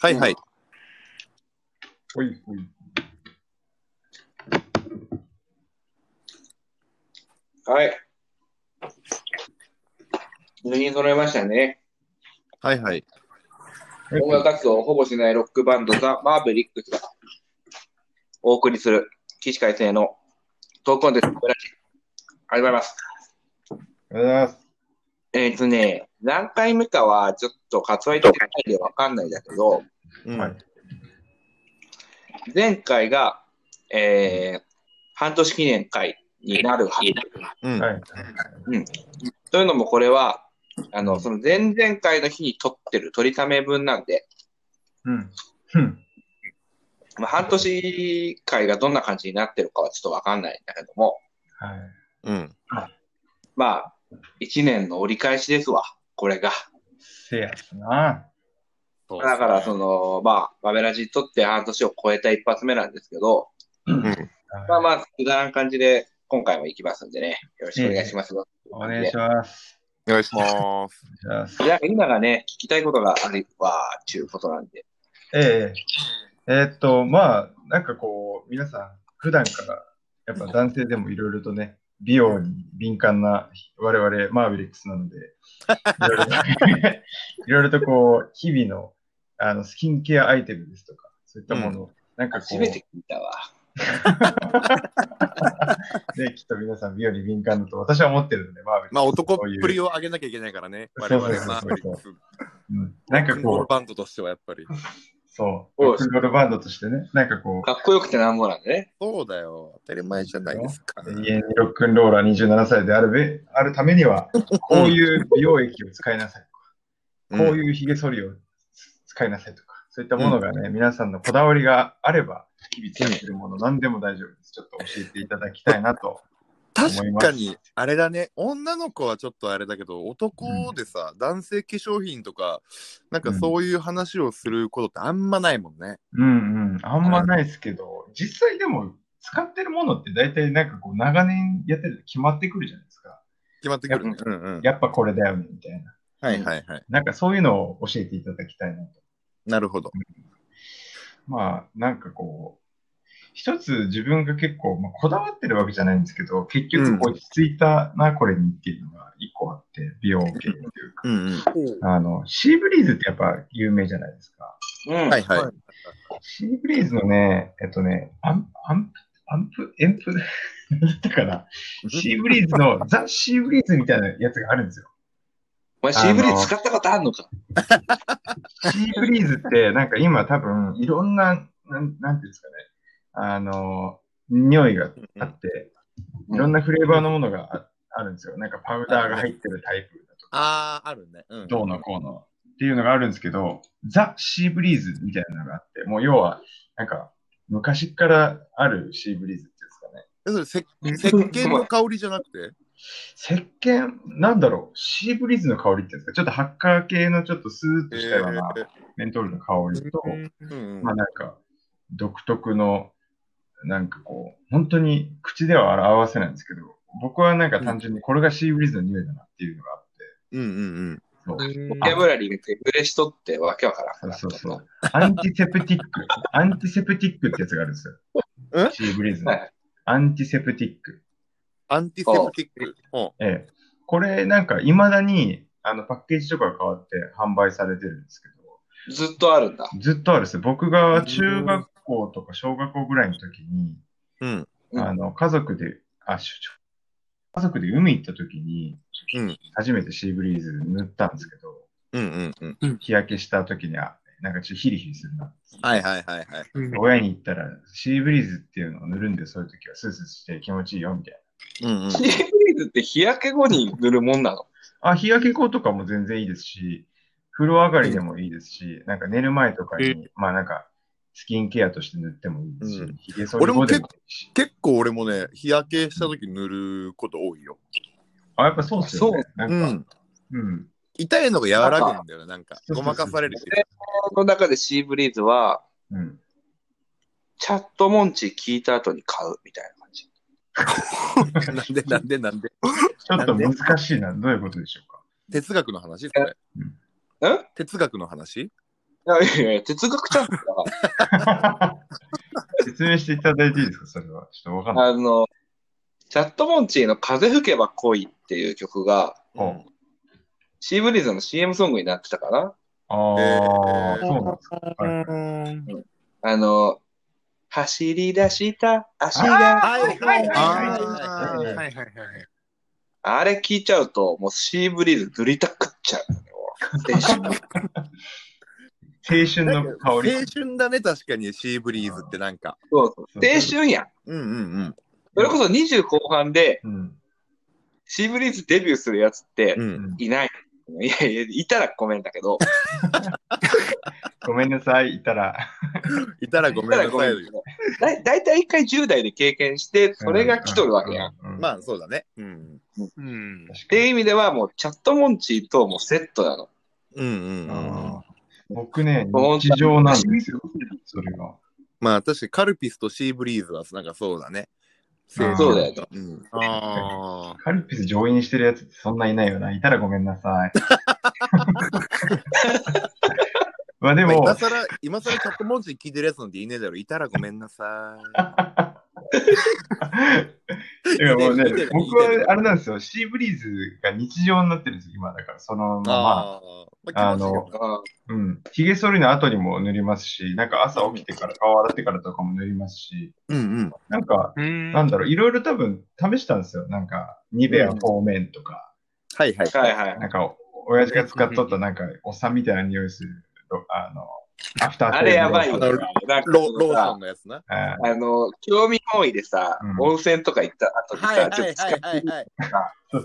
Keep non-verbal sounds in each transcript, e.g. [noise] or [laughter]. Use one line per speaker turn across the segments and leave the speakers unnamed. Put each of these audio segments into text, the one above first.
はいはい。
ほいほい。
はい。脱ぎ揃えましたね。
はいはい。
音楽活動を保護しないロックバンドザ・マーベリックスがお送りする起死回生のトークコンテンツブラジありがとうございます。
ありがとう
えっ、とね、何回目かはちょっと割愛的ないでわかんないんだけど、
うん
はい
前回が、えー、半年記念会になるはず。
う
ご
ん
ざいます。
というのもこれは、あの、その前々回の日に撮ってる取りため分なんで、
はい。うん。
まあ、半年会がどんな感じになってるかはちょっとわかんないんだけども、
はい。
うん。
まあ、一年の折り返しですわ、これが。
せやな。
そう
だから、その、まあ、マベラジにとって半年を超えた一発目なんですけど、
うん。
まあまあ、くだらん感じで、今回も行きますんでね、よろしくお願いします。
お願いします。
お願いします。
お願いします
じゃあ、今がね、聞きたいことがあるわ、ちゅうことなんで。
ええ。えーっと、まあ、なんかこう、皆さん、普段から、やっぱ男性でもいろいろとね、美容に敏感な我々、マーベリックスなので、いろいろといろいろとこう、日々のあのスキンケアアイテムですとか、そういったもの、なんかこう、
初めて聞いたわ。
ね、きっと皆さん美容に敏感だと私は思ってるので、マーベリックス。
まあ、男っぷ
を。
りを上げなきゃいけないからね。
そう
我
そうそう
々、
そう
マーベリックス。
うんなんか
シンボル
こう、
バンドとしてはやっぱり。
そう、
そう
ロッ
です
クンロールバンドとしてね、なんかこう、
かっこよくてなんぼなんでね。
そうだよ。当たり前じゃないですか。
永遠にロックンローラー27歳であるべ、あるためには、こういう美容液を使いなさい。
う
こうんいう髭剃りを使いなさいとか、そういったものがね、皆さんのこだわりがあれば、日々使ってるもの、何でも大丈夫です。ちょっと教えていただきたいなと。
確かに、あれだね。女の子はちょっとあれだけど、男でさ、男性化粧品とか、なんかそういう話をすることってあんまないもんね。
うんうん、あんまないですけど、実際でも、使ってるものって大体なんかこう、長年やってると決まってくるじゃないですか。
決まってくるね。うんうん。
やっぱこれだよね、みたいな。
はいはいはい。
なんかそういうのを教えていただきたいなと。
なるほど。
まあ、なんかこう、一つ自分が結構、まあ、こだわってるわけじゃないんですけど、結局こう落ち着いたな、これにっていうのが一個あって、美容系というか、
うんうん。
あの、シーブリーズってやっぱ有名じゃないですか。
うん。
はいはい。
シーブリーズのね、えっとね、アンアンプ、アンプ、エンプ、なんだったかな。シーブリーズ
[laughs]
の、ザ・シーブリーズみたいなやつがあるんですよ。
お前、シーブリー使ったことあんのか。
シーブリーズって、なんか今多分、いろんな、なんなんていうんですかね、あの、匂いがあって、
うん
いろんなフレーバーのものがああるんですよ。なんかパウダーが入ってるタイプだとか、
ああ、あるね。うん。
どうのこうのっていうのがあるんですけど、ザ・シーブリーズみたいなのがあって、もう要は、なんか、昔からあるシーブリーズっていうんですかね。
えそれせ石鹸の香りじゃなくて
石鹸、なんだろう、シーブリーズの香りっていうんですか、ちょっとハッカー系のちょっとスーッとしたような
えー
メントールの香りと、
うんうん
まあなんか、独特の、なんかこう、本当に口では表せないんですけど、僕はなんか単純にこれがシーブリーズの匂いだなっていうのがあって、
うん
そう
うんうん。
ボキャブラリーが手ぶれしとってわけわからん
そ
か
う
ら。
そうそう。アンティセプ
[laughs]
ティック。アンティセプティックってやつがあるんですよ。
ん
シーブリーズ
は
の
い。
アンティセプティック。
アンティセプティック。ほ
ええ。これなんか未だにあのパッケージとかが変わって販売されてるんですけど、
ずっとあるんだ。
ずっとあるんですよ。僕が中学校とか小学校ぐらいの時に、
ううん。
うん
あの、家族で、あ、しょ家族で海行った時に、
うん
初めてシーブリーズ塗ったんですけど、
うんうんうん。
日焼けした時に、あ、なんかちょっとヒリヒリするな。
はいはいはいはい。
親に言ったら、シーブリーズっていうのを塗るんで、そういう時はスースーして気持ちいいよ、みたい
うんうん
シ。ーブリーズって日焼け後に塗るもんなの。
な。あ、日焼け粉とかも全然いいですし、風呂上がりでもいいですし、なんか寝る前とかに、まあなんか、スキンケアとして塗ってもいいですし、
うん
髭剃り後でもいいし。
結構俺もね、日焼けした時塗ること多いよ。
あ、やっぱそうですよね。なん
う
か、
ん。
うん。
痛いのが和らぐんだよね、なんか。
そうそ
ご
うそう
まかされるっていう
この中でシーブリーズは、
うん。
チャットモンチー聞いた後に買うみたいな感じ。
か。 [laughs] なんでなんでなんで。
ちょっと難しいな。どういうことでしょうか
哲学の話それ。
え
哲学の話
やいやいや、哲学チャンネル [laughs] だから。
[laughs] 説明していただいていいですかそれは。ちょっとわかんない。
あの、チャットモンチーの風吹けば恋っていう曲が、
うん
シーブリーズの CM ソングになってたかな
ああ、
えー
そうなんですか。
あの、走り出した足が、あ
はいはい
ああ、はいはいはい。
れ聞いちゃうと、もうシーブリーズ塗りたくっちゃうよね。 [laughs] もう
青春
な
の
んか青
香り。
春だね、確かに、シーブリーズってなんか。
そうそう青春やん。
うんうん
それこそ20後半で、
うん。
シーブリーズデビューするやつって
うん。う。
うんん
いない。いやいや、いたらごめんだけど、
ごめんなさい、いたら。
いたら
い
[laughs] ごめ
た
ん
ら
な
ごめ
さ
んだ
い
け。ど、だだいたい一回10代で経験して、それが来とるわけやん。っ
うん。
ま
あ、
あ、そうだね。うん。
うん。
確か
て
に。
いう意味では、もうチャットモンチーともうセットなの。
うんうんうん。
あー僕ね、
本当
日常なんですよ。それが。
まあ、確かにカルピスとシーブリーズは、なんかそうだね。
うん
そうだよね。
うん。
ああ。
カルピス上院してるやつってそんないないよな。いたらごめんなさい。 [laughs] まあで
まあ
も、
今更、今更チャット文字聞いてるやつなんていねえだろ。いたらごめんなさ
いやもうね
見てる見てる、
僕はあれなんですよ、シーブリーズが日常になってるんですよ、今だから、そのま
い。
ま。
ーまあ、気持ちいいよ
あの
うん
うん。髭剃りの後にも塗りますし、なんか朝起きてから顔洗ってからとかも塗りますし、
うんうん。
なんか、
うん。
なんだろう、いろいろ多分試したんですよ。なんか、ニベア方面とか、
はいはい。
はいはい。
なんか、親父が使っとったなんか、おっさんみたいな匂いする、あの、アフター
あれやばいよ
よ。
ね。なんか
ロロー
さ
ソンのやつな。
あ
あの、興味本位でさ、
うん
温泉とか行った後にさ、ちょっと使って
いはい。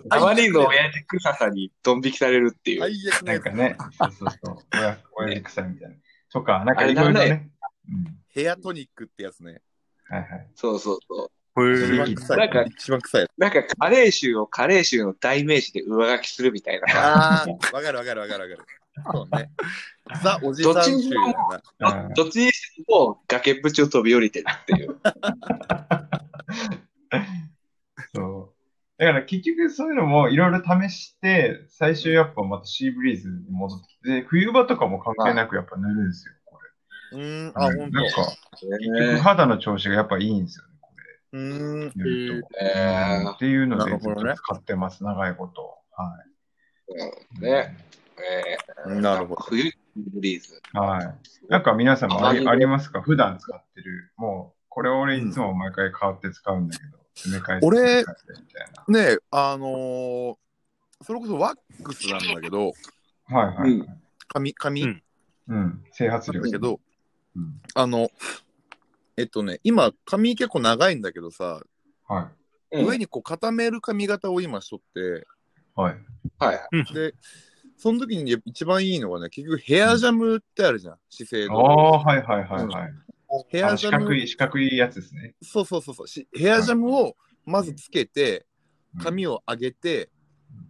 あまりの親父臭さにドン引きされるっていう。
最悪な
なん
やつ
かね、そうそうそう、親親父臭いみたいな。とか、なん
あ
か
れ
いろいろ
な
ね。うん
ヘアトニックってやつね。
はいはい。
そうそうそう。
一
へ
番
え。
臭い。
なんか
一番臭いやつ。
なんかカレー臭をカレー臭の代名詞で上書きするみたいなさ。
ああ、わかるわかるわかるわかる。そうね。ザ・おじさん集だな。
あ
どっちにしても崖っぷちを飛び降りてるっ
[laughs]
ていう。
そう。だから結局そういうのもいろいろ試して、最終やっぱまたシーブリーズに戻ってきて、冬場とかも関係なくやっぱ塗るんですよ、こ
うーん、あ、
れ。
ほんと
なん。か、結局
ね
肌の調子がやっぱいいんですよね、こ
うーん。
れ。塗ると。
え
っていうの
な
で、
るほどね
ずっと使ってます、長いこと。は
ー
い。
ね。えー
なるほど
冬ブリーズ。
はい。なんか皆さんもあ
あま
り
り
ありますか普段使ってる。もう、これ俺いつも毎回変わって使うんだけど、詰め替えて
俺
使ってみたい
ねえ、あのー、それこそワックスなんだけど、
な。はいはい。
うん
髪、髪
うん
な
うん。整髪
ん
料
だけ。ど、
うん
あの、えっとね、今、髪結構長いんだけどさ、
は
うん
上にこう固める髪型を今しとって、
い。はい。
はい。
で、その時に一番いいのがね、結局ヘアジャムってあるじゃん、姿勢
あ
の。
あ、はいはいはいはい。
ヘ
あ
ア
の
ジ
四
ャ
角
ム、
い、四角いやつですね。
そうそうそうそうし、ヘアジャムをまずつけて、
うん
髪を上げて
うん、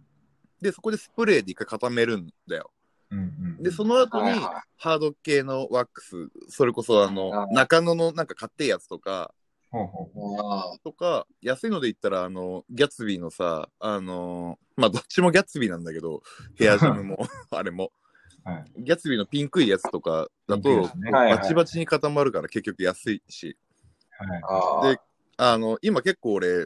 で、そこでスプレーで一回固めるんだよ。
うんうん。
で、その後
はい
に
は
ハード系のワックス、それこそあ
あ
の、中野のなんか買ってやつとか、
ほうほうほう
あ
とか、安いので言ったら、あの、ギャツビーのさ、あのーまあ、どっちもギャツビーなんだけど、ヘアジャム
[laughs]
も、あれも。
はい
ギャツビーのピンクいやつとかだ
ピンクい
と
やつ、ね
はい
バチバチに固まるから結局安いし、
はい。
あー
であの、今結構俺、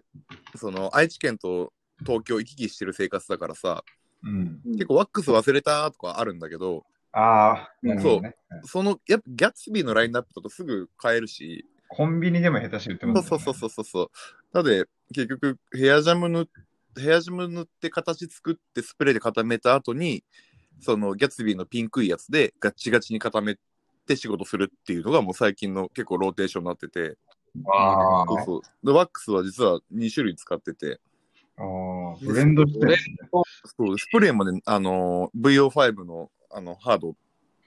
その、愛知県と東京行き来してる生活だからさ、
うん。
結構ワックス忘れたとかあるんだけど、
ああ、なるほどね。はい
その、やっぱギャツビーのラインナップだとすぐ買えるし、
コンビニでも下手して売ってます
そうそうそうそうそう。なので、結局、ヘアジャム塗って、ヘアジャム塗って形作ってスプレーで固めた後に、そのギャツビーのピンクいやつでガッチガチに固めて仕事するっていうのがもう最近の結構ローテーションになってて、
あ
そう
ー
そう。で、ワックスは実は2種類使ってて、
ああ、ブレンドしてるんですね。
そうスプレーもね、あのー、VO5 のあのハードっ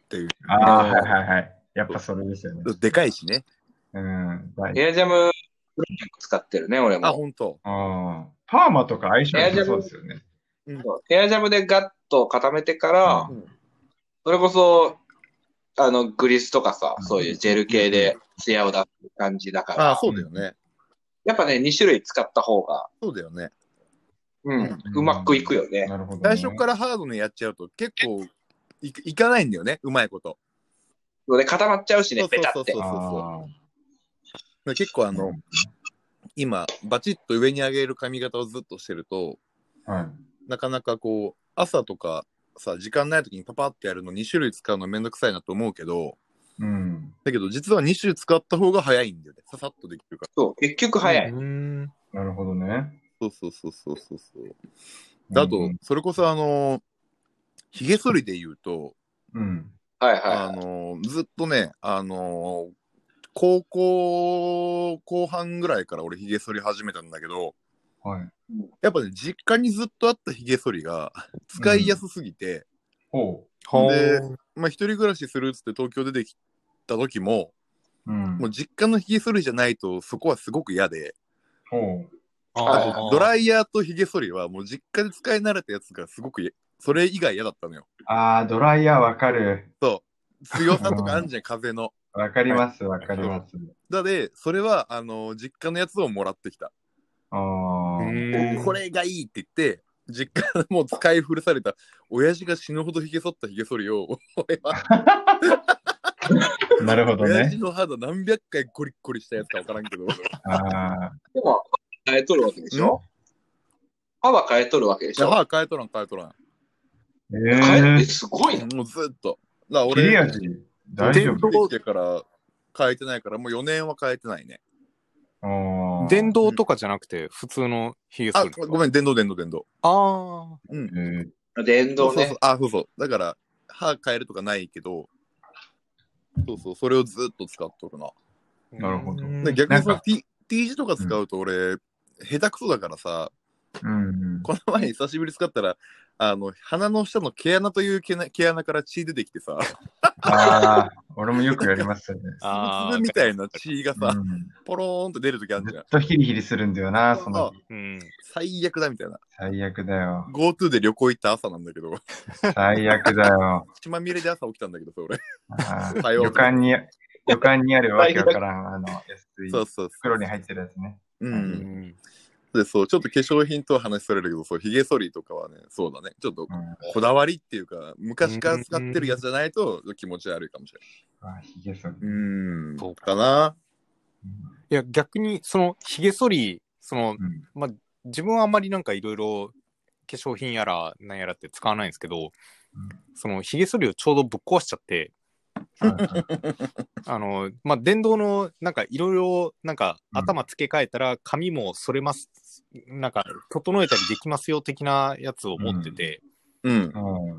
ていう、
ああ、はいはいはい。やっぱそれですよね。
でかいしね。
うん。大事
ヘアジャム、使ってるね、俺も。
あ、ほんと。
ああ、パーマとか相性良さそうですよね。
そうヘアジャムでガッと固めてから、
うん
それこそ、あの、グリスとかさ、
うん
そういうジェル系でツヤを出す感じだか
あ
ら、
そうだよね。
やっぱね、2種類使った方が、
そうだよね。
うんん、うまくいくよね。
なるほど、
最初からハードにやっちゃうと結構いいかないんだよね、うまいこと。
ので固まっちゃう
そ
しね
う、
ベタ
そう
って
そう。そ
あー
う。結構あの、今、バチッと上に上げる髪型をずっとしてると、
はい。
なかなかこう、朝とかさ、時間ない時にパパってやるの2種類使うのめんどくさいなと思うけど、
うん。
だけど実は2種使った方が早いんだよね。ささっとできるから。
そう、結局早い。
ん。
なるほどね。
そうそうそうそうそうそう。であと、それこそあの、髭剃りで言うと、
うん。
はい
あ
は
のずっとね、あの高校後半ぐらいから俺髭剃り始めたんだけど、
はい。
やっぱね、実家にずっとあった髭剃りが使いやすすぎて、
ほ
ほ
で
ー
まあ一人暮らしするっつって東京出てきた時も、
う。うん。
もう実家の髭剃りじゃないとそこはすごく嫌で、
ほう。
あ
あ
と
ー
ドライヤーと髭剃りはもう実家で使い慣れたやつがすごくいそれ以外嫌だったのよ。
ああ、ドライヤーわかる。
強さとかあんじゃん、風の。 [laughs]
わかります、わかります。
だで、それは、あの実家のやつをもらってきた。
あ
う
あ。
ーん
これがいいって言って、実家のもう使い古された、親父が死ぬほどひげ剃ったひげ剃りを、俺は、
なるほど
親父
ね。
の肌何百回ゴリッゴリしたやつか分からんけど、
あ
い。でも、変えとるわけでしょ歯は変えとるわけでしょ
歯変えとらん変えとらん。
ー
変え
え
え、すごいな。
もうずっと。だから
ー、切れ
俺、
味大丈
電
夫
動でから変えてないから、もう4年は変えてないね。
あー
電動とかじゃなくて、普通の髭剃
あ、
りとか。
ごめん、電動電動電動。
あ
うん。
えー
電動
そうそ
ね
う。あ、そうそう。だから、歯変えるとかないけど、そうそう、それをずっと使っとるな。
あ。
なるほど
うん
で逆にそ
なん
の T, T 字とか使うと俺、下手くそだからさ、
うんうん。
この前久しぶりに使ったら、あの、鼻の下の毛穴という毛な毛穴から血出てきてさ、
ああ、俺もよくやります
[laughs]
よね。
あー
粒々みたいな血が
う
さ、
ん
ポローンと出るときあるじ
ず
ゃん
っ。とヒリヒリするんだよな、その日。
うん。
最悪だみたいな。
最悪だよ。
GoTo で旅行行った朝なんだ
[laughs]
けど、
最悪だよ。
血まみれで朝起きたんだけどさ、俺。
あー
さよう
旅館に、旅館にあるわけわからん、あ
[laughs]
の、
そ
安
う
い
そうそう。
袋に入ってるやつね。
う。
うんん
で、そう、ちょっと化粧品とは話しされるけど、そう、髭剃りとかはね、そうだね。ちょっと
うん。
こだわりっていうか、昔から使ってるやつじゃないと気持ち悪いかもしれない。
あ、ひげ剃り。
うーん。
そう
かな。
いや、逆に、その、髭剃り、その、
うん。
まあ、自分はあんまりなんかいろいろ化粧品やらなんやらって使わないんですけど、その髭剃りをちょうどぶっ壊しちゃって、
はいはい
あの、まあ、電動のなんかいろいろなんか
うん
頭付け替えたら髪も剃れます、なんか整えたりできますよ的なやつを持ってて、
うん。
う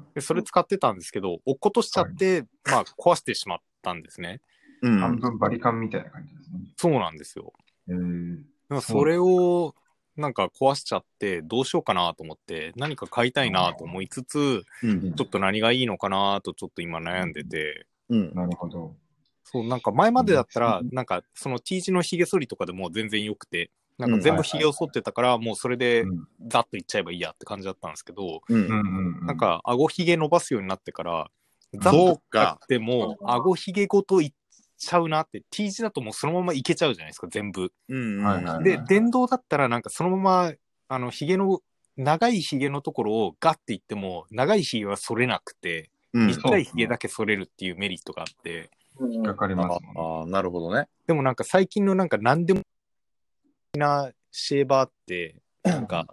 ん
でそれ使ってたんですけど、落っことしちゃって、まあ、壊してしまったんですね。
う
半
ん。
分バリカンみたいな感じですね。
そうなんですよ。
えー
でもそれをなんか壊しちゃってどうしようかなと思って何か買いたいなと思いつつ、
うん。
ちょっと何がいいのかなとちょっと今悩んでて、
うん。
なるほど。
そう、なんか前までだったら
う、
なんかその T 字のひげ剃りとかでもう全然良くて、なんか
うん
全部ひげを剃ってたから、もうそれで
うん
ざっといっちゃえばいいやって感じだったんですけど、
う
うん
ん。
うんうん。
なん、か顎ひげ伸ばすようになってから、ざっとい
そ
っ
うか。
てもう顎ひげごといっちゃうなって、T 字だともうそのままいけちゃうじゃないですか、全部。
うん。
はいはい
で、電動だったらなんかそのまま、あの、ひげの、長いひげのところをガッていっても、長いひげは剃れなくて、
うん。
短いひげだけ剃れるっていうメリットがあって、
うん
かかりますもんね。
ああ、なるほどね。
でもなんか最近のなんか何でもなシェーバーって、 [clears throat] なんか、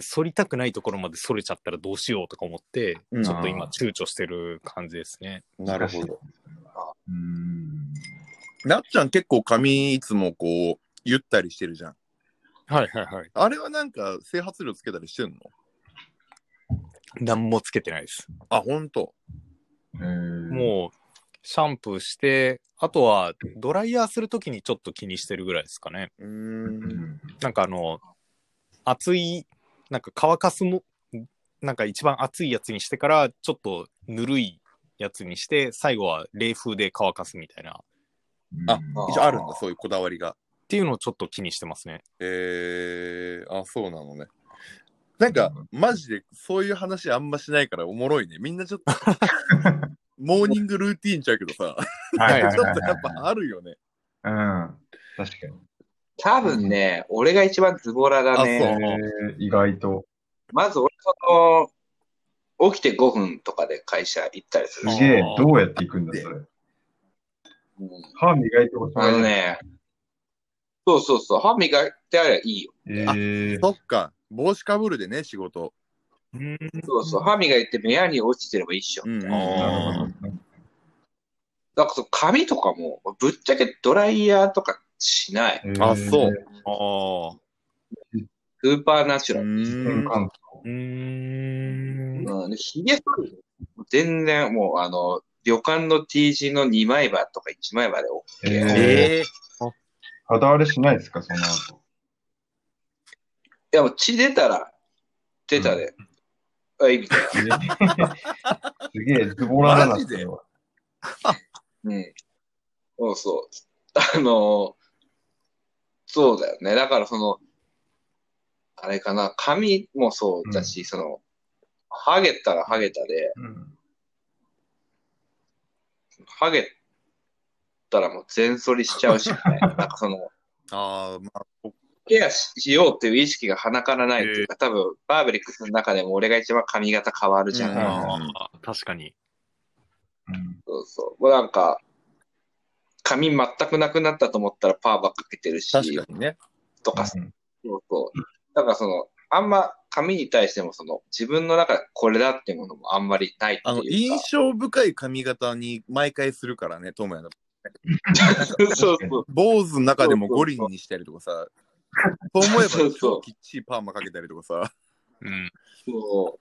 剃りたくないところまで剃れちゃったらどうしようとか思って、
うん
ちょっと今躊躇してる感じですね。
なるほど。
うーん。
なっちゃん結構髪いつもこう、ゆったりしてるじゃん。
はいはいはい。
あれはなんか整髪料つけたりしてんの
何もつけてないです。
あ、ほんと。
えー、
もう、シャンプーして、あとはドライヤーするときにちょっと気にしてるぐらいですかね。
うー。
うんん。
なんかあの、熱い、なんか乾かすも、なんか一番熱いやつにしてから、ちょっとぬるいやつにして、最後は冷風で乾かすみたいな、っ
あ
あ
一応あるんだ、そういうこだわりが。
ていうのをちょっと気にしてますね。
えー、あ、そうなのね。なんか、マジでそういう話あんましないからおもろいね。みんなちょっと、モーニングルーティーンちゃうけどさ、
はいはい
ちょ
は
っ
い
とやっぱあるよね。
はい。うん。確かに。
多分ね、俺が一番ズボラだ
あ
ね。
えー、意外と。
まず俺、その、起きて5分とかで会社行ったりす
す
るし、
げえ
あー。
どうやって行くんだ、それ。
うん
歯磨いてほしい。
あのね、そうそうそう、歯磨いてあればいいよ。
えー
そっか。帽子かぶるでね、仕事。
うん。
そうそう、歯磨いて部屋に落ちてればいいっしょ。
うんうん。
あー
なるほど
だからその髪とかも、ぶっちゃけドライヤーとかしない。
え
あそう
ああ。
スーパーナチュ
う
ラル。
ー
変
ん。
換
うーん。
うん、でひげ剃るの全然もう、あの、旅館の T 字の2枚刃とか1枚刃で OK。
えー
ええ
肌荒れしないですか、その後。
いや、もう血出たら、出たで。あ、いいみたいな。
えーすげえ、ズボラだな、
マジで
それは
うん。そうそう。あのーそうだよね。だからその、あれかな、髪もそうだし、その、ハゲたらハゲたで、
うん
ハゲたらもう全剃りしちゃうしかない。なんかその、
ああ、まあ、
ケアししようっていう意識が鼻からないっていうか、多分、バーベリックスの中でも俺が一番髪型変わるじゃん。
うん
ああ、確かに。
うん
そうそう。もうなんか、髪全くなくなったと思ったらパーばっかけてるし、
確かにね。
とかそうそう。だからその、あんま紙に対してもその、自分の中でこれだっていうものもあんまりないって
あの、
いうか
印。象深い髪型に毎回するからね、トモヤの。
[laughs] そうそう。
坊主の中でも五輪にしたりとかさ、そう思え
そう
ば
そ
超
う
きっちりパーマかけたりとかさ、
うん。
そ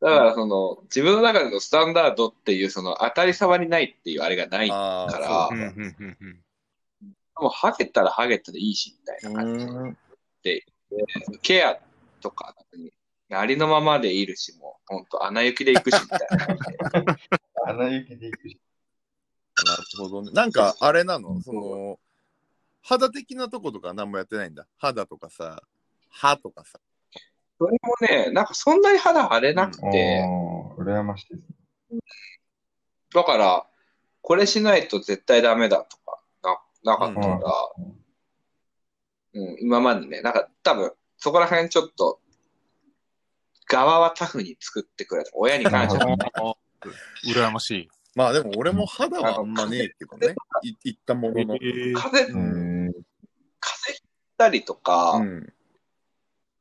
うだからその、自分の中でのスタンダードっていうその、当たり障りないっていうあれがない。も
あ
だ
あ
から
う
そ
ん
うか
うんうんうん。
う、ハゲたらハゲたでいいし、みたいな感じ
うーん
で。ケアとか、ありのままでいるし、もう、ほんと、穴行きで行くし、みたいな感じで。
穴行きで行くし。
なるほどね。なんか、あれなのその、肌的なとことか何もやってないんだ。肌とかさ、歯とかさ。
それもね、なんかそんなに肌荒れなく
あ
て、
ー羨ましいですね。
だから、これしないと絶対ダメだとか、な、なかったから、うん、今までね、なんか多分、そこら辺ちょっと、側はタフに作ってくれた。親に感謝。
ああ、羨ましい。
まあでも俺も肌はあんまねえけどね。い言ったものの。
ええ
風邪、
う
え
ん。
ー
風邪ひったりとか、
うん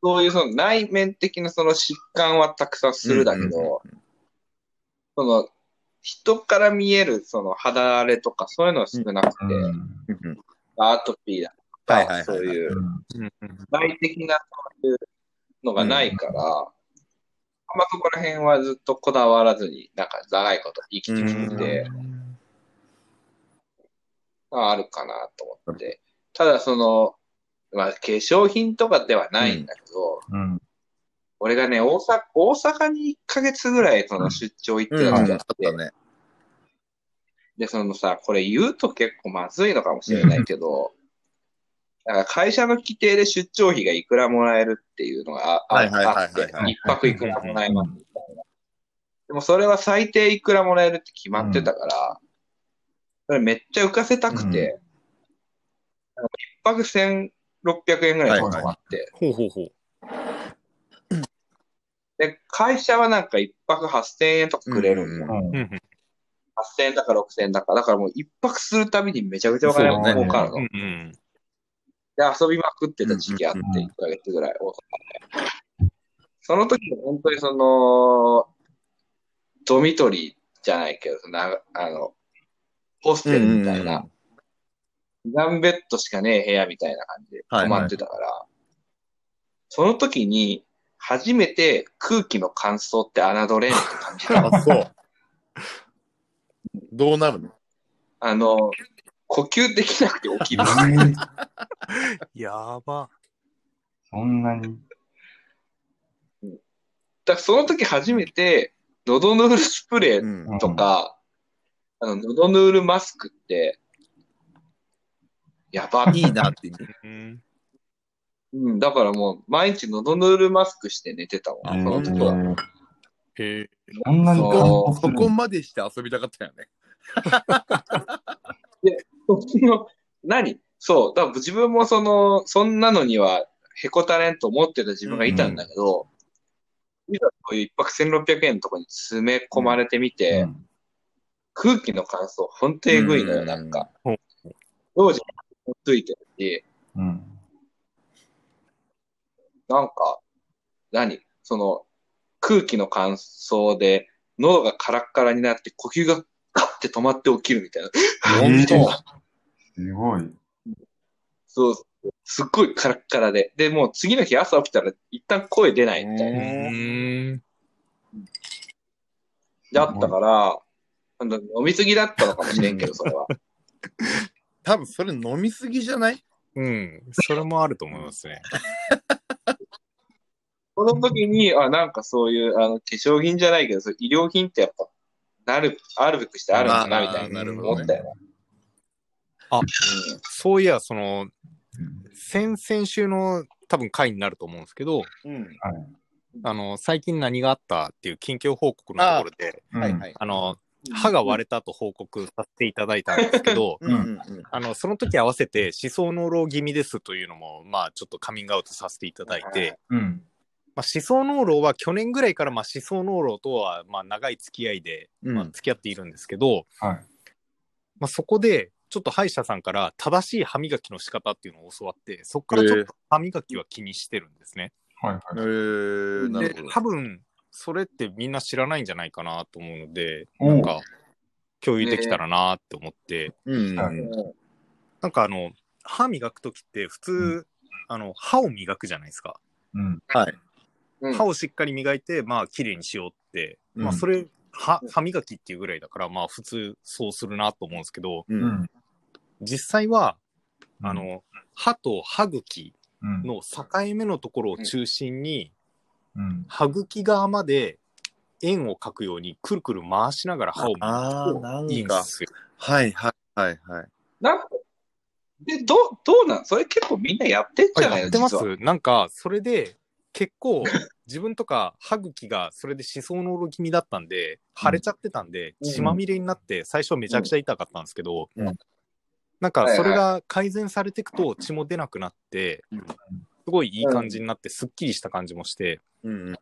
そういうその内面的なその疾患はたくさんするだけど、
うんうん
その、人から見えるその肌荒れとかそういうのは少なくて、
うん
うん
アートピーだとか、
はいはいはいはい
そういう、
うん
うんうん
外的なそういうのがないから、あんまそこら辺はずっとこだわらずに、なんか長いこと生きてきてて、ああるかなと思って。ただその、まあ化粧品とかではないんだけど、
うん
俺がね、大阪、大阪に1ヶ月ぐらいその出張行
う
って
ん、
た
あっ
時があったて、
ね。
で、そのさ、これ言うと結構まずいのかもしれないけど、なんか会社の規定で出張費がいくらもらえるっていうのがああ
はいはいはいはい
あって
は、い
一泊いくらもらえますみたいな。でもそれは最低いくらもらえるって決まってたから、それめっちゃ浮かせたくて、なんか一泊1600円ぐらいのとがあって、
ほうほうほう。
で、会社はなんか一泊8000円とかくれるんだよ
うん
う
うんうん
ん
うんうん
8000円だか6000円だか、だからもう一泊するたびにめちゃくちゃお金
そう
が
ね
儲かるの。
うんうん。
で、遊びまくってた時期あって、
うんうんうん
1ヶ月ぐらい、大阪で。その時も本当にその、ドミトリーじゃないけど、なあの、ホステルみたいな、何ベッドしかねえ部屋みたいな感じで泊まってたから、その時に、初めて空気の乾燥って侮れんって感じた。
あ、そう。どうなるの
あの、呼吸できなくて起きる。
やば。
そんなに。
だからその時初めて、喉ヌールスプレ
う
ー
ん。
とか、あの、喉ヌールマスクって、やば
いいなって意味。
うん。
うん、だからもう、毎日喉ヌールマスクして寝てたもん。
あ
その
本
時
当
は
だ
えー
へえ
そんなに
そ
感
こ
動
そ
する
こまでして遊びたかったよね。
その何そう、だから自分もその、そんなのには、へこたれんと思ってた自分がいたんだけど、いざこういう一泊1600円のとこに詰め込まれてみて、
うん
空気の乾燥、ほんとえぐいのよ、なんか。
う
当
ん
時、ついてるし、
うん。
なんか、何その、空気の乾燥で、喉がカラッカラになって、呼吸がガッて止まって起きるみたいな。
本
みたい
当
な
すごい。
そう、すっごいカラッカラで。で、もう次の日朝起きたら、一旦声出ないみたいな。
うーん。
だったから、なんだ飲みすぎだったのかもしれんけど、そ
[laughs]
れは。
多分それ飲みすぎじゃない
うん。それもあると思いますね。
その時に、あ、なんかそういう、あの、化粧品じゃないけど、そう医療品ってやっぱ、なる、あるべくしてあるんだな、みたい
まあ
な
なるほどね
思ったよね。
あ
うん
そういや、その、先々週の多分回になると思うんですけど、
うん。
あの、最近何があったっていう近況報告のところで、
はい
うん
はい。
あの、歯が割れたと報告させていただいたんですけ [laughs] ど、
うんうんうん。
あの、その時合わせて思想脳漏気味ですというのも、まあちょっとカミングアウトさせていただいて、
うん。
まあ思想脳漏は去年ぐらいからまあ思想脳漏とはまあ長い付き合いで、
うん
まあ付き合っているんですけど、
はい。
まあそこでちょっと歯医者さんから正しい歯磨きの仕方っていうのを教わって、そこからちょっと歯磨きは気にしてるんですね。
はいはい。
えー、な
で
るほど。
多分それってみんな知らないんじゃないかなと思うので、
おう
なんか共有できたらなって思って、
うん。
はい
なんかあの、歯磨くときって普通、
う
あの、歯を磨くじゃないですか。
うん。
はい。
うん
歯をしっかり磨いて、まあ、綺麗にしようって。まあ、
うん
それ、歯、歯磨きっていうぐらいだから、まあ、普通そうするなと思うんですけど、
う
う。
んん。
実際は、あ、の、歯と歯茎
うん。
の境目のところを中心に、
うん。
歯茎側まで円を描くように、くるくる回しながら歯を
あーなん
磨く
か
といいんですよ。
はいはいはいはい。
なんか、で、どう、どうなんそれ結構みんなやってんじゃないの
やってま
実は
すなんか、それで、結構、自分とか歯茎がそれで思想のおろ気味だったんで、腫れちゃってたんで、
うん
血まみれになって、最初めちゃくちゃ痛かったんですけど、
うん
なんか、それが改善されていくと血も出なくなって、すごいいい感じになって、すっきりした感じもして、
うんうん。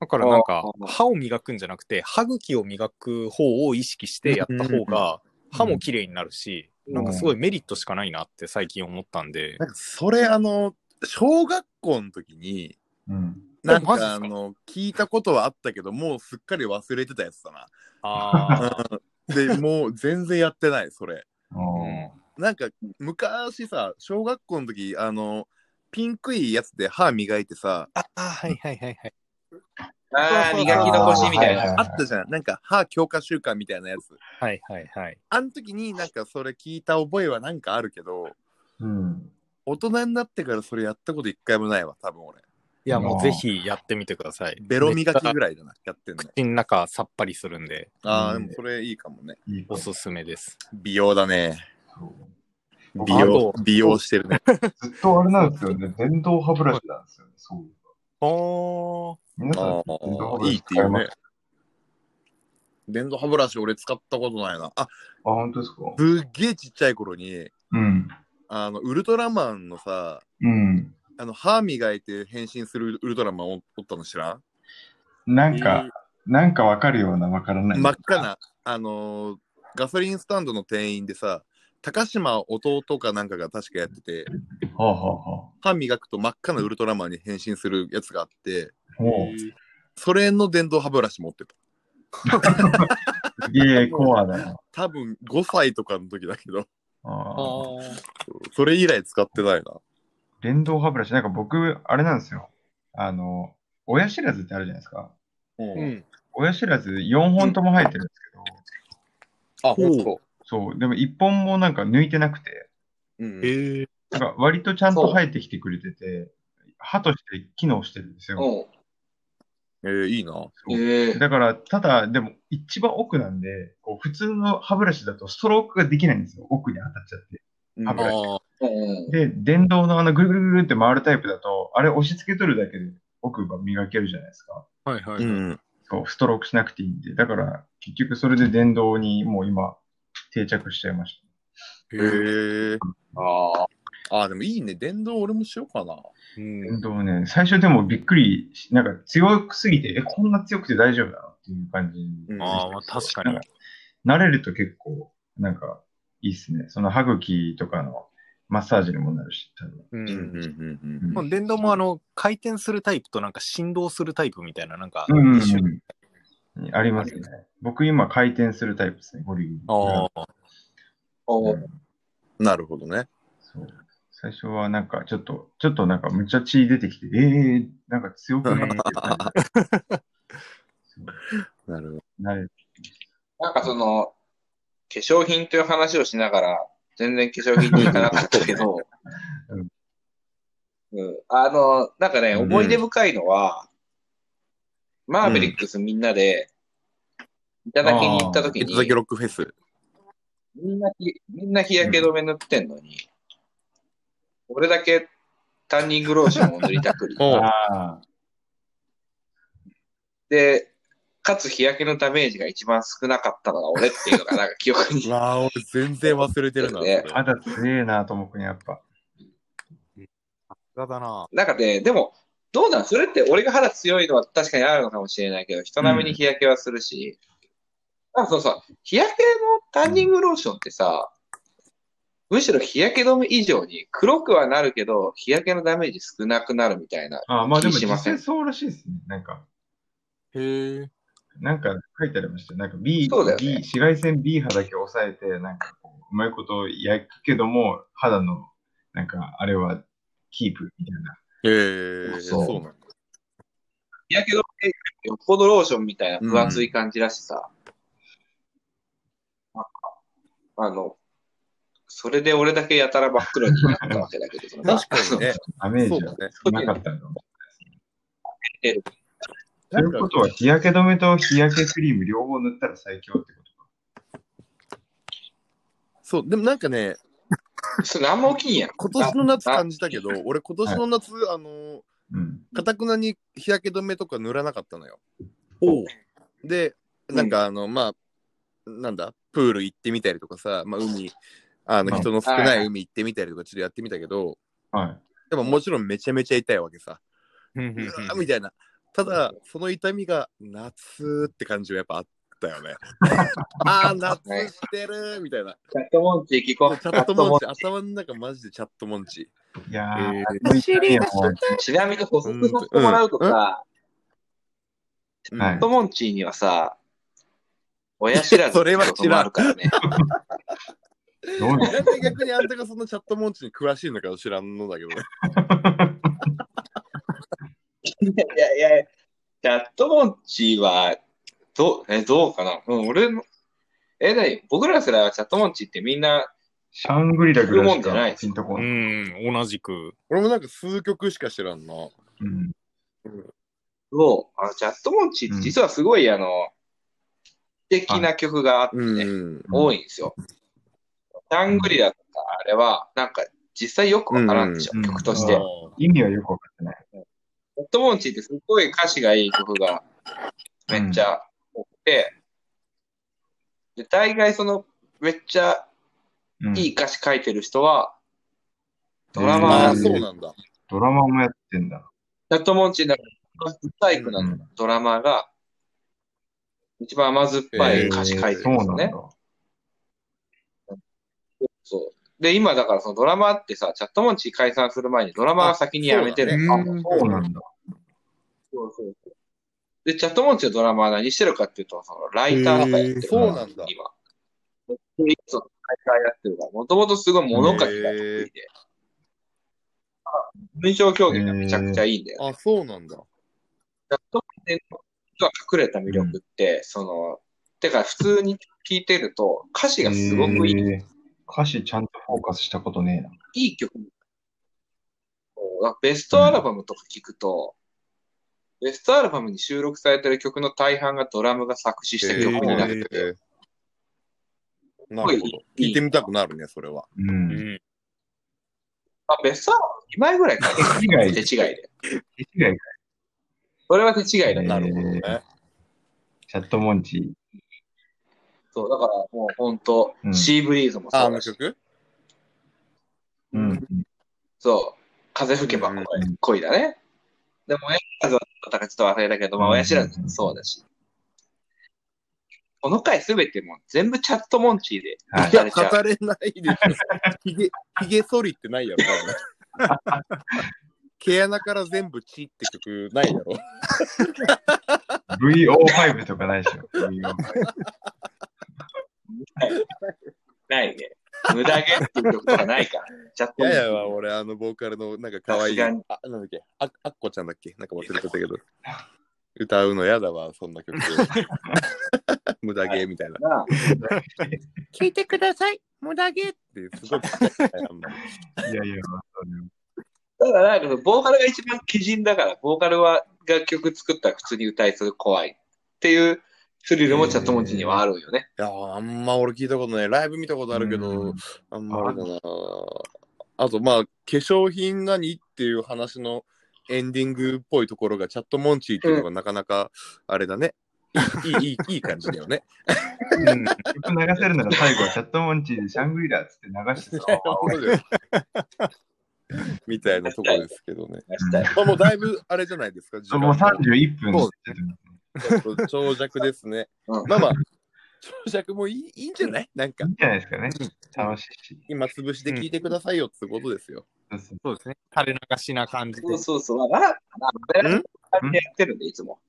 だからなんか
あ、ー
歯を磨くんじゃなくて、歯茎を磨く方を意識してやった方が、歯も綺麗になるし、
うん
なんかすごいメリットしかないなって最近思ったんで
な、んかそれあの、小学校の時に、
うん。
なん
マジっす
か
か
あの、聞いたことはあったけど、もうすっかり忘れてたやつだな。
あー
で、もう全然やってない、それ。
あー
なんか昔さ、小学校の時、あの、ピンクいやつで歯磨いてさ、
ああ、はいはいはいはい。
ああ、磨き残しみた
あー
い
はいはい
な。
あったじゃん。なんか歯強化習慣みたいなやつ。
はいはいはい。
あの時になんかそれ聞いた覚えはなんかあるけど、
うん。
大人になってからそれやったこと一回もないわ、多分俺。
いや、も
あ
う
ー
ぜひやってみてください。
ベロ磨き
めっち
ぐらいだな、やってんの
ゃ。口の中さっぱりするんで、
ああ、でもそれいいかもね。
いいこ
お
と。
すすめです。
美容だね。
僕
美
あ
容
と、
美容してるね。
ずっとあれなんですよね。電動歯ブラシなんですよね。そう。
おー。
皆さん
あ、
電動歯
あ、
ブラ
いいっ
シ
て
使
い
いうます
ね。。電動歯ブラシ俺使ったことないな。あ、
あ、本当ですか
すっげえちっちゃい頃に、
うん。
あの、ウルトラマンのさ、
うん。
あの、歯磨いて変身するウルトラマンおおったの知らん
なんか、なんかわかるような、わからない。
真っ赤な、あのーガソリンスタンドの店員でさ、高島弟かなんかが確かやってて、
はあはあは
歯磨くと真っ赤なウルトラマンに変身するやつがあって、
あ。おう
それの電動歯ブラシ持ってた。
すげえコアだな。
多分5歳とかの時だけど、 [laughs]
ああ。
それ以来使ってないな。
電動歯ブラシ、なんか僕、あれなんですよ。あの、親知らずってあるじゃないですか。
うん
うん。
親知らず4本とも生えてるんですけど、
あ、
ほう
ほんと。
そう、でも1本もなんか抜いてなくて、
うん
えー、
なんか割とちゃんと生えてきてくれてて、歯として機能してるんですよ。
えーいいな。
うん。ええ。
だから、ただ、でも、一番奥なんで、こう普通の歯ブラシだとストロークができないんですよ。奥に当たっちゃって。
うん
歯ブラシ
あー
うん。
で、電動のあの、ぐるぐるぐるって回るタイプだと、あれ押し付け取るだけで奥が磨けるじゃないですか。
はいは
う
い。
ん。
そう、ストロークしなくていいんで。だから、結局それで電動にもう今、定着しちゃいまし
え
えー
ー、
ああ。
あー、でもいいね。電動俺もしようかな。
う
た。
ん
電動ね、最初でもびっくりし、なんか強くすぎて、え、こんな強くて大丈夫なのっていう感じ。
うん
ああ、まあ確かに。
慣れると結構、なんか、いいっすね。その歯茎とかのマッサージにもなるし、多分。
う
うんうん
ん。
うん
もう電動もあの、回転するタイプとなんか振動するタイプみたいな、なんか、
うん、
一緒に
ありますね。僕今回転するタイプですね、ゴリゴ
あ
リ。
あ、
お
う
ー
ん
うん。なるほどね。
そう最初はなんかちょっと、ちょっとなんかむっちゃ血出てきて、ええー、なんか強くないっていう感じそう
なるほど。
慣
[laughs]
れ
なんかその、化粧品という話をしながら、全然化粧品に行かなかったけ [laughs] ど、
うん
うんあの、なんかね、
うん
思い出深いのは、マーベリックスみんなで、いただきに行った時
い
に
ただ、きロックフェス。
みんなひ、みんな日焼け止め塗ってんのに、俺だけタンニングローションを塗りたくり。
[laughs] おう
ああ、
で、かつ日焼けのダメージが一番少なかったのが俺っていうのが、
[laughs]
なんか記憶に。
わあ、俺全然忘れてるな。それ
ね
肌強えなと思うね、やっぱ。
だだな。
なんかね、でも、どうなんそれって俺が肌強いのは確かにあるのかもしれないけど、人並みに日焼けはするし、なんかそうさ、日焼けのタンニングローションってさ、むしろ日焼け止め以上に黒くはなるけど、日焼けのダメージ少なくなるみたいな。
ああ、まあでも
気にし
実
ません
際そうらしいですね。なんか、
へえ。
なんか書いてありましたよ。なんか B、
そうだよね
B 紫外線 B 波だけ抑えて、なんかこう、うまいこと焼くけども、肌の、なんか、あれはキープみたいな。
へえ、
そう
そうなんだ。
日焼け止めよっぽどローションみたいな分厚い感じだしさ、なんかあの、それで俺だけやたら真っ黒になったわけだけど、その
確かにね。
ダメージ
そ
は
うだね
少なかったのかもしれないですね
え
ということは、日焼け止めと日焼けクリーム両方塗ったら最強ってことか。
そう、でもなんかね、
それ何も起きんやん。
今年の夏感じたけど、俺今年の夏、あの、
うん。
かたくなに日焼け止めとか塗らなかったのよ。
おう。
で、なんかあの、まあ、なんだ、プール行ってみたりとかさ、まあ、海、あ
う
の、
ん
人の少ない海行ってみたりとか、ちょっとやってみたけど、
はい。
でももちろんめちゃめちゃ痛いわけさ。
うんうんう
うんわーみたいな。ただ、その痛みが夏って感じはやっぱあったよ [laughs] ね。ああ、夏してるみたいな。
チャットモンチー聞こう。
チャットモンチ、頭の中マジでチャットモンチ。
いやー、
え
ちなみに補足させてもらうとさ、
うん
は
チャ
い
ットモンチーにはさ、親知らずってこともあるからね。
どうです
なんで逆にあんたがそんなチャットモンチに詳しいのか知らんのだけどね。
いやいやいや、チャットモンチーは、どう、え、どうかなうん、俺の、え、なに、僕らすらチャットモンチーってみんな、
シャングリラぐらいし
食うもんじゃない
かピンとこ
う
ない。
ん、同じく。
俺もなんか数曲しか知らんな。
うん。
そう、あの、チャットモンチーって実はすごい、あの、素敵な曲があって、
うん。
多いんですよ。シャングリラとか、あれは、なんか、実際よくわからんでしょ、
うん
曲として。
意味はよくわかってない。
ホットモンチーってすっごい歌詞がいい曲がめっちゃ多くて、で、大概その、めっちゃ
うん
いい歌詞書いてる人は、ドラマ
ああ、
ーなん
そ
で
うなんだ。
ドラマもやってんだ。
チャットモンチーのブサイクな
うん
ドラマーが、一番甘酸っぱい歌詞書いて
そ
る
うんな
ですよ
ん
ね。
だ。
そう。で、今だからそのドラマーってさ、チャットモンチー解散する前にドラマーが先に辞めてるの
あそうだね
そうなんだ。
そうそうそう。で、チャットモンチのドラマは何してるかっていうと、そのライターとかやってるか
へ
ら、
ーそうなんだ
今。で、いつもライターやってるから、もともとすごい物書きが得意で。文章表現がめちゃくちゃいいんだよ。
あ、そうなんだ。
チャットモンチの人が隠れた魅力って、その、てか普通に聞いてると、歌詞がすごくいい。
えー歌詞ちゃんとフォーカスしたことねえな。
いい曲。そうベストアルバムとか聞くと、ベストアルバムに収録されてる曲の大半がドラムが作詞した曲
へ
になってて、
ーなるほど。聞いてみたくなるね、それは。
う。
うんん。
あ、ベストアルバム2枚ぐらい書いて
違い
る。手違いで。
手違いか
それは手違いだ
えー
な
な
る
る
ほどね。
チャットモンチ
そう、だからもう本当、
うん
シーブリーズも
あ
そう
の
だし、
曲
ー。うん。
そう、風吹けば恋,、
うん
恋だね。でも、親知らずは、だからちょっと忘れたけど、まあ、
うん
親知らずもそうだし。この回すべてもう全部チャットモンチーで
はい
い
語
や、
れちゃう。
語れないでしょ。ひげ、ひげ剃りってないやろ、多分毛穴から全部血って曲ないやろ。
VO5 とかないでしょ。VO5
ないね。無駄毛っていう曲とかないから。チャッ
い
トモンチ
や
ー
いや、俺、あの、ボーカルの、なんか可愛い、
さ
あ、
すが
なん
に
だっけ、あ、あっこちゃんだっけなんか忘れちゃったけど。歌うのやだわ、そんな曲。無駄ゲーみたいな。
な。
聞いてください、無駄ゲーって、すごい聞きたいあんま
い
り。
やいや、まあそうね
ただなんかその、ボーカルが一番鬼人だから、ボーカルは楽曲作ったら普通に歌いする怖いっていうスリルもチャットモンチーにはあるよね。
いやー、あんま俺聞いたことない。ライブ見たことあるけど、
うん
あんまあれだな。あと、まあ、化粧品何っていう話のエンディングっぽいところが、チャットモンチーっていうのがなかなか、あれだね。いい、いい、いい感じだよね。
うん
曲流せるなら最後はチャットモンチーでシャングリラっつって流してさ。
[laughs] みたいなとこですけどね。
明日
まあ、もうだいぶ、あれじゃないですか、時間
もう
も
31分
そう
ちょっと
ちょっと長尺ですね。
うん
まあまあ、長尺もいいいいんじゃないなんか
いい、んじゃないですかね。楽しいし。
今潰して聞いてくださいよってことですよ。
そうそう
そうですね。垂れ流しな感じで
そう。そうそう。まあ、まあバベラジーでやってるんで、いつも。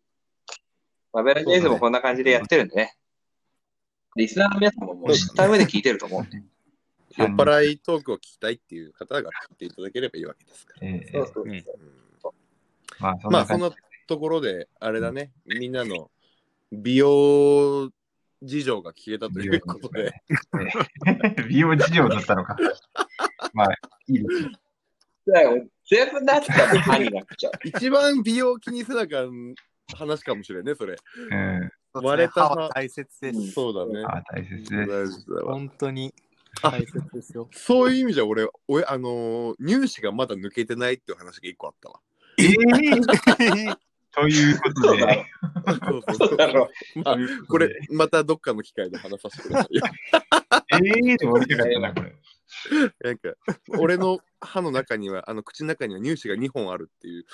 バベラジーいつもこんな感じでやってるんでね。リスナーの皆さんももう知った上で聞いてると思うんで。
酔っ払いトークを聞きたいっていう方が聞いていただければいいわけですから。
ええ
そうそう
うん
うん
まあそん
ま
な
あそ
感じ
んなところで、あれだね、みんなの美容事情が聞けたということで、
ええ美容事情だったのか。まあ、いいですね。
だから全部なったら歯になっちゃう。
一番美容気にせなあかん話かもしれんね、それ。
うん。
割れた
歯は大切です。
そうだね。
あ大切
大
です。
事だわ
本当に大切ですよ。
そういう意味じゃ俺、俺、あのー乳歯がまだ抜けてないっていう話が一個あったわ。
ええ
ということ
そうだ
で
ろ、
そう
うそうだろ
まあ、これ、またどっかの機会で話させてくださいよ。 [laughs]
ええで終わりたかったな、これ。
なんか、俺の歯の中には、あの、口の中には乳歯が2本あるっていう。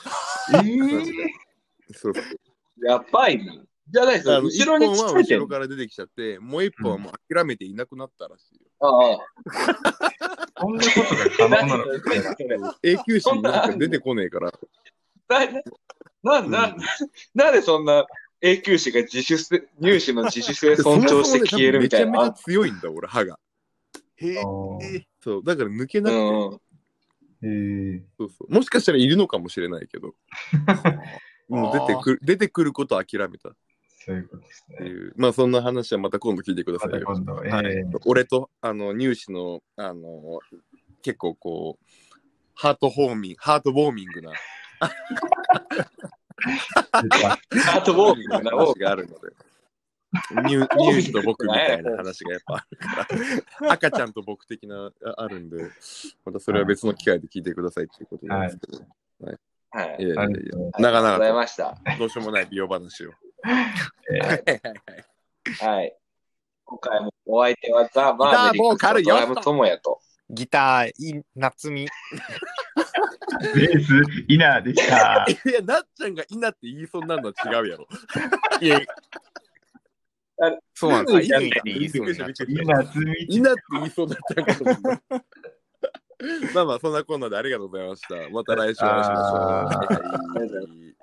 そうそう
やばいな。じゃないです
あ
よ。
の
後ろに
一
ち
本
っ
は
ち
後
ゃいて
ろから出てきちゃって、もう一本はもう諦めていなくなったらしいよ。
ああ。
こんなことが可能なのか。
永久歯になんか出てこねえから。
な、な、な、なんでそんな永久歯が自主性、入試の自主性尊重して消えるみたい
そもそもね多分めちゃめ
な
ち。ゃ強いんだ、俺、歯が。そう、だから抜けなくて、
うん。
ええ
そうそう。もしかしたらいるのかもしれないけど。もう出てくる、出てくることを諦めたっ
そういうことです
て
ね。
いう。まあ、そんな話はまた今度聞いてくださ
ま
いよ
た。今度、え
はい
え
俺とあの乳歯のあの結構こうハートホーミングハートウォーミングな
ハートウォ
[laughs]
ーミングな、ウォー
話があるので乳乳歯と僕みたいな話がやっぱあるから赤ちゃんと僕的なああるんでまたそれは別の機会で聞いてくださいっていうことなんですけど、
はい。あ
い
り
やいや
あ
い
り
や
がとうござい
が
長
とうござい
々
ました。
とどうしようもない美容話を
ます
はいはいはい
はい。今回もお相手はザ・バーメリックスドラム友也と。
ギター、い、夏美。
ええベース、イナーできた。
いやなっちゃんがいなって言いそうになるのは違うやろ
いえ
あ。
そうなんですよ。いいねいいですよね。
イナー、つみ
いなって言いそうだったけど。
[laughs]
まあまあ、そんなこんなでありがとうございました。また来週お会いしましょう
あ
はいはい。